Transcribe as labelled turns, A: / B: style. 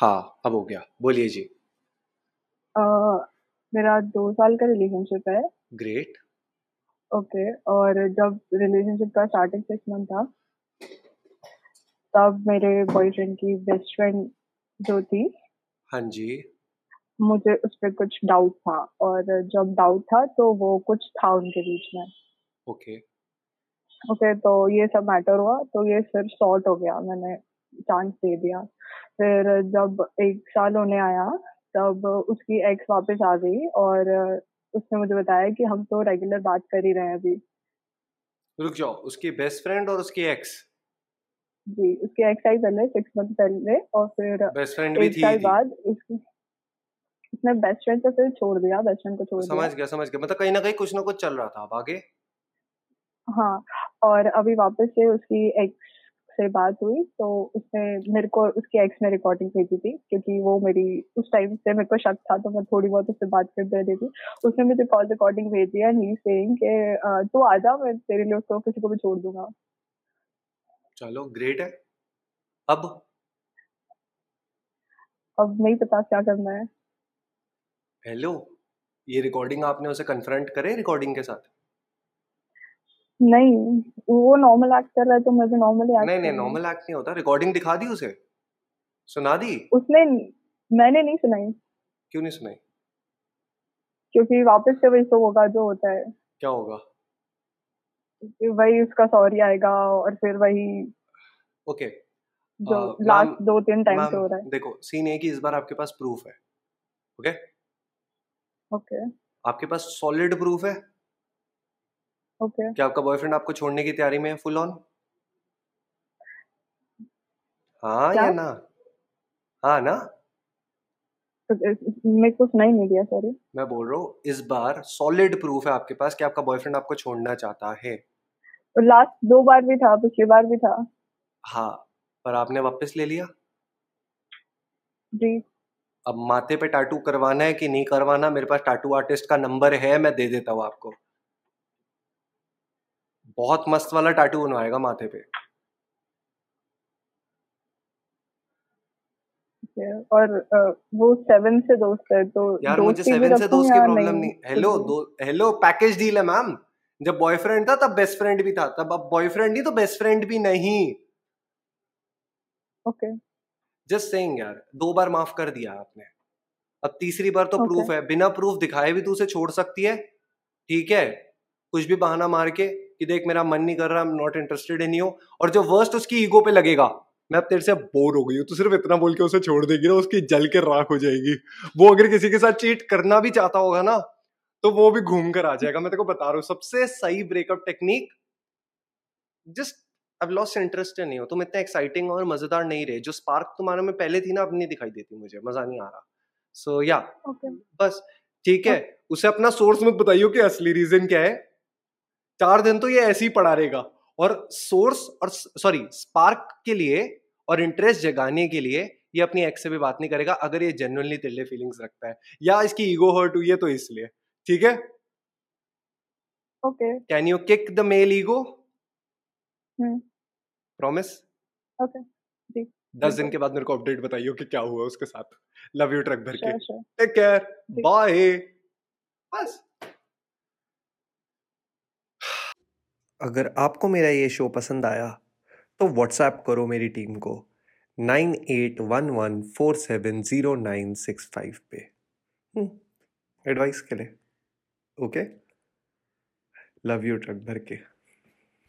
A: हाँ, अब हो गया। बोलिए जी।
B: अ, मेरा 2 साल का रिलेशनशिप है।
A: ग्रेट।
B: ओके और जब रिलेशनशिप का स्टार्टिंग 6 मंथ था तब मेरे बॉयफ्रेंड की बेस्ट फ्रेंड जो थी
A: हाँ जी।
B: मुझे उस पे कुछ डाउट था और जब डाउट था तो वो कुछ था उनके बीच में।
A: ओके।
B: ओके, तो ये सब मैटर हुआ तो ये फिर सॉर्ट हो गया मैंने चांस दे दिया। फिर जब 1 साल होने आया तब उसकी एक्स वापस आ गई और उसने मुझे बताया कि हम तो रेगुलर बात कर ही रहे हैं अभी।
A: रुक जाओ, उसकी बेस्ट फ्रेंड और उसकी एक्स?
B: जी, उसकी एक्स आई पहले 6 मंथ पहले और फिर
A: बेस्ट फ्रेंड भी
B: 1
A: थी ही
B: साल
A: थी।
B: बाद उसकी उसने बेस्ट फ्रेंड को फिर छोड़ दिया, बेस्ट फ्रेंड को छोड़ दिया।
A: समझ गया, समझ गया। मतलब कहीं न कहीं कुछ न कुछ चल रहा था। अब आगे?
B: हाँ, और अभी वापस से उसकी एक्स से बात हुई तो उसने मेरे को उसकी एक्स ने रिकॉर्डिंग भेजी थी क्योंकि वो मेरी उस टाइम से मेरे को शक था तो मैं थोड़ी बहुत उससे बात करते रहती थी। उसने मुझे कॉल रिकॉर्डिंग भेजी एंड ही इज़ सेइंग कि अ, "तू आ जा मैं तेरे लिए उसको किसी को भी छोड़ दूँगा।"
A: चलो ग्रेट है। अब?
B: अब नहीं पता क्या करना है।
A: हेलो! ये रिकॉर्डिंग आपने उसे कन्फ्रंट करे रिकॉर्डिंग के साथ?
B: नहीं, वो नॉर्मल एक्ट कर रहा है तो मैं भी नॉर्मल ही एक्ट
A: नहीं, नहीं
B: करना है।
A: नॉर्मल एक्ट नहीं होता। रिकॉर्डिंग दिखा दी उसे? सुना दी?
B: उसने मैंने नहीं सुनाई।
A: क्यों नहीं सुनाई?
B: क्योंकि वापस से वही सब होगा जो होता है।
A: क्या होगा?
B: क्योंकि वही उसका सॉरी आएगा और फिर वही
A: ओके।
B: जो
A: अ, मैम
B: लास्ट 2-3 टाइम से
A: मैम
B: हो रहा है।
A: देखो सीन ये है कि इस बार आपके पास प्रूफ है। ओके?
B: ओके।
A: आपके पास सॉलिड प्रूफ है?
B: ओके।
A: क्या आपका बॉयफ्रेंड आपको छोड़ने की तैयारी में है फुल ऑन? हाँ
B: क्या?
A: या ना? हाँ ना?
B: अ, अ, तो मेरे को सुनाई नहीं दिया सॉरी।
A: मैं बोल रहा हूँ इस बार सॉलिड प्रूफ है आपके पास कि आपका बॉयफ्रेंड आपको छोड़ना चाहता है।
B: और लास्ट 2 तो बार भी था, पिछली बार भी था।
A: हाँ, पर आपने वापस ले लिया?
B: जी।
A: अब माथे पे टैटू करवाना है कि नहीं करवाना मेरे पास टैटू आर्टिस्ट का नंबर है मैं दे देता हूँ आपको। बहुत मस्त वाला टैटू बनवाएगा माथे पे।
B: ठीक है और अ, वो 7 से दोस्त है तो
A: यार मुझे
B: दोस्ती भी
A: 7 से
B: रखूँ
A: दोस्त की
B: या
A: प्रॉब्लम
B: नहीं
A: नहीं
B: कुछ
A: हेलो
B: भी?
A: दो हेलो पैकेज डील है मैम। जब बॉयफ्रेंड था तब बेस्ट फ्रेंड भी था। तब अब बॉयफ्रेंड नहीं तो बेस्ट फ्रेंड भी नहीं।
B: ओके।
A: जस्ट सेइंग यार, 2 बार माफ़ कर दिया आपने। अब तीसरी बार तो
B: ओके।
A: प्रूफ है। बिना प्रूफ दिखाए भी तू उसे छोड़ सकती है। ठीक है? कुछ भी बहाना मार के कि देख मेरा मन नहीं कर रहा, I am not interested in you और जो वर्स्ट उसकी ईगो पे लगेगा, मैं अब तेरे से बोर हो गई हूँ। तू सिर्फ़ इतना बोल के उसे छोड़ देगी ना उसकी जल के राख हो जाएगी। वो अगर किसी के साथ चीट करना भी चाहता होगा ना, तो वो भी घूम कर आ जाएगा। मैं तेरे को बता रहा हूँ सबसे सही breakup technique just I've lost interest in you. तुम इतने एक्साइटिंग और मज़ेदार नहीं रहे। जो स्पार्क तुम्हारे में पहले थी ना अब नहीं दिखाई देती मुझे, मज़ा नहीं आ रहा। So yeah
B: okay.
A: बस ठीक है।
B: ओक
A: उसे अपना सोर्स मत बताइयो कि असली रीज़न क्या है। 4 दिन तो ये ऐसे ही पड़ा रहेगा और सोर्स और स सॉरी स्पार्क के लिए और इंटरेस्ट जगाने के लिए ये अपनी एक्स से भी बात नहीं करेगा अगर ये जेन्युइनली तेरे लिए फीलिंग्स रखता है या इसकी ईगो हर्ट हुई है तो इसलिए। ठीक है?
B: Okay.
A: Can you kick the male ego?
B: Hmm.
A: Promise?
B: Okay. जी,
A: 10 दिन
B: बिल्कुल।
A: के बाद मेरे को अपडेट बताइयो कि क्या हुआ उसके साथ। लव यू ट्रक भर के।
B: Sure, sure.
A: टेक केयर,
B: जी।
A: बाय। बस। अगर आपको मेरा ये शो पसंद आया, तो व्हाट्सएप करो मेरी टीम को 9811470965 पे। हम्म। हुँ, एडवाइस के लिए। ओके? लव यू ट्रक भर के।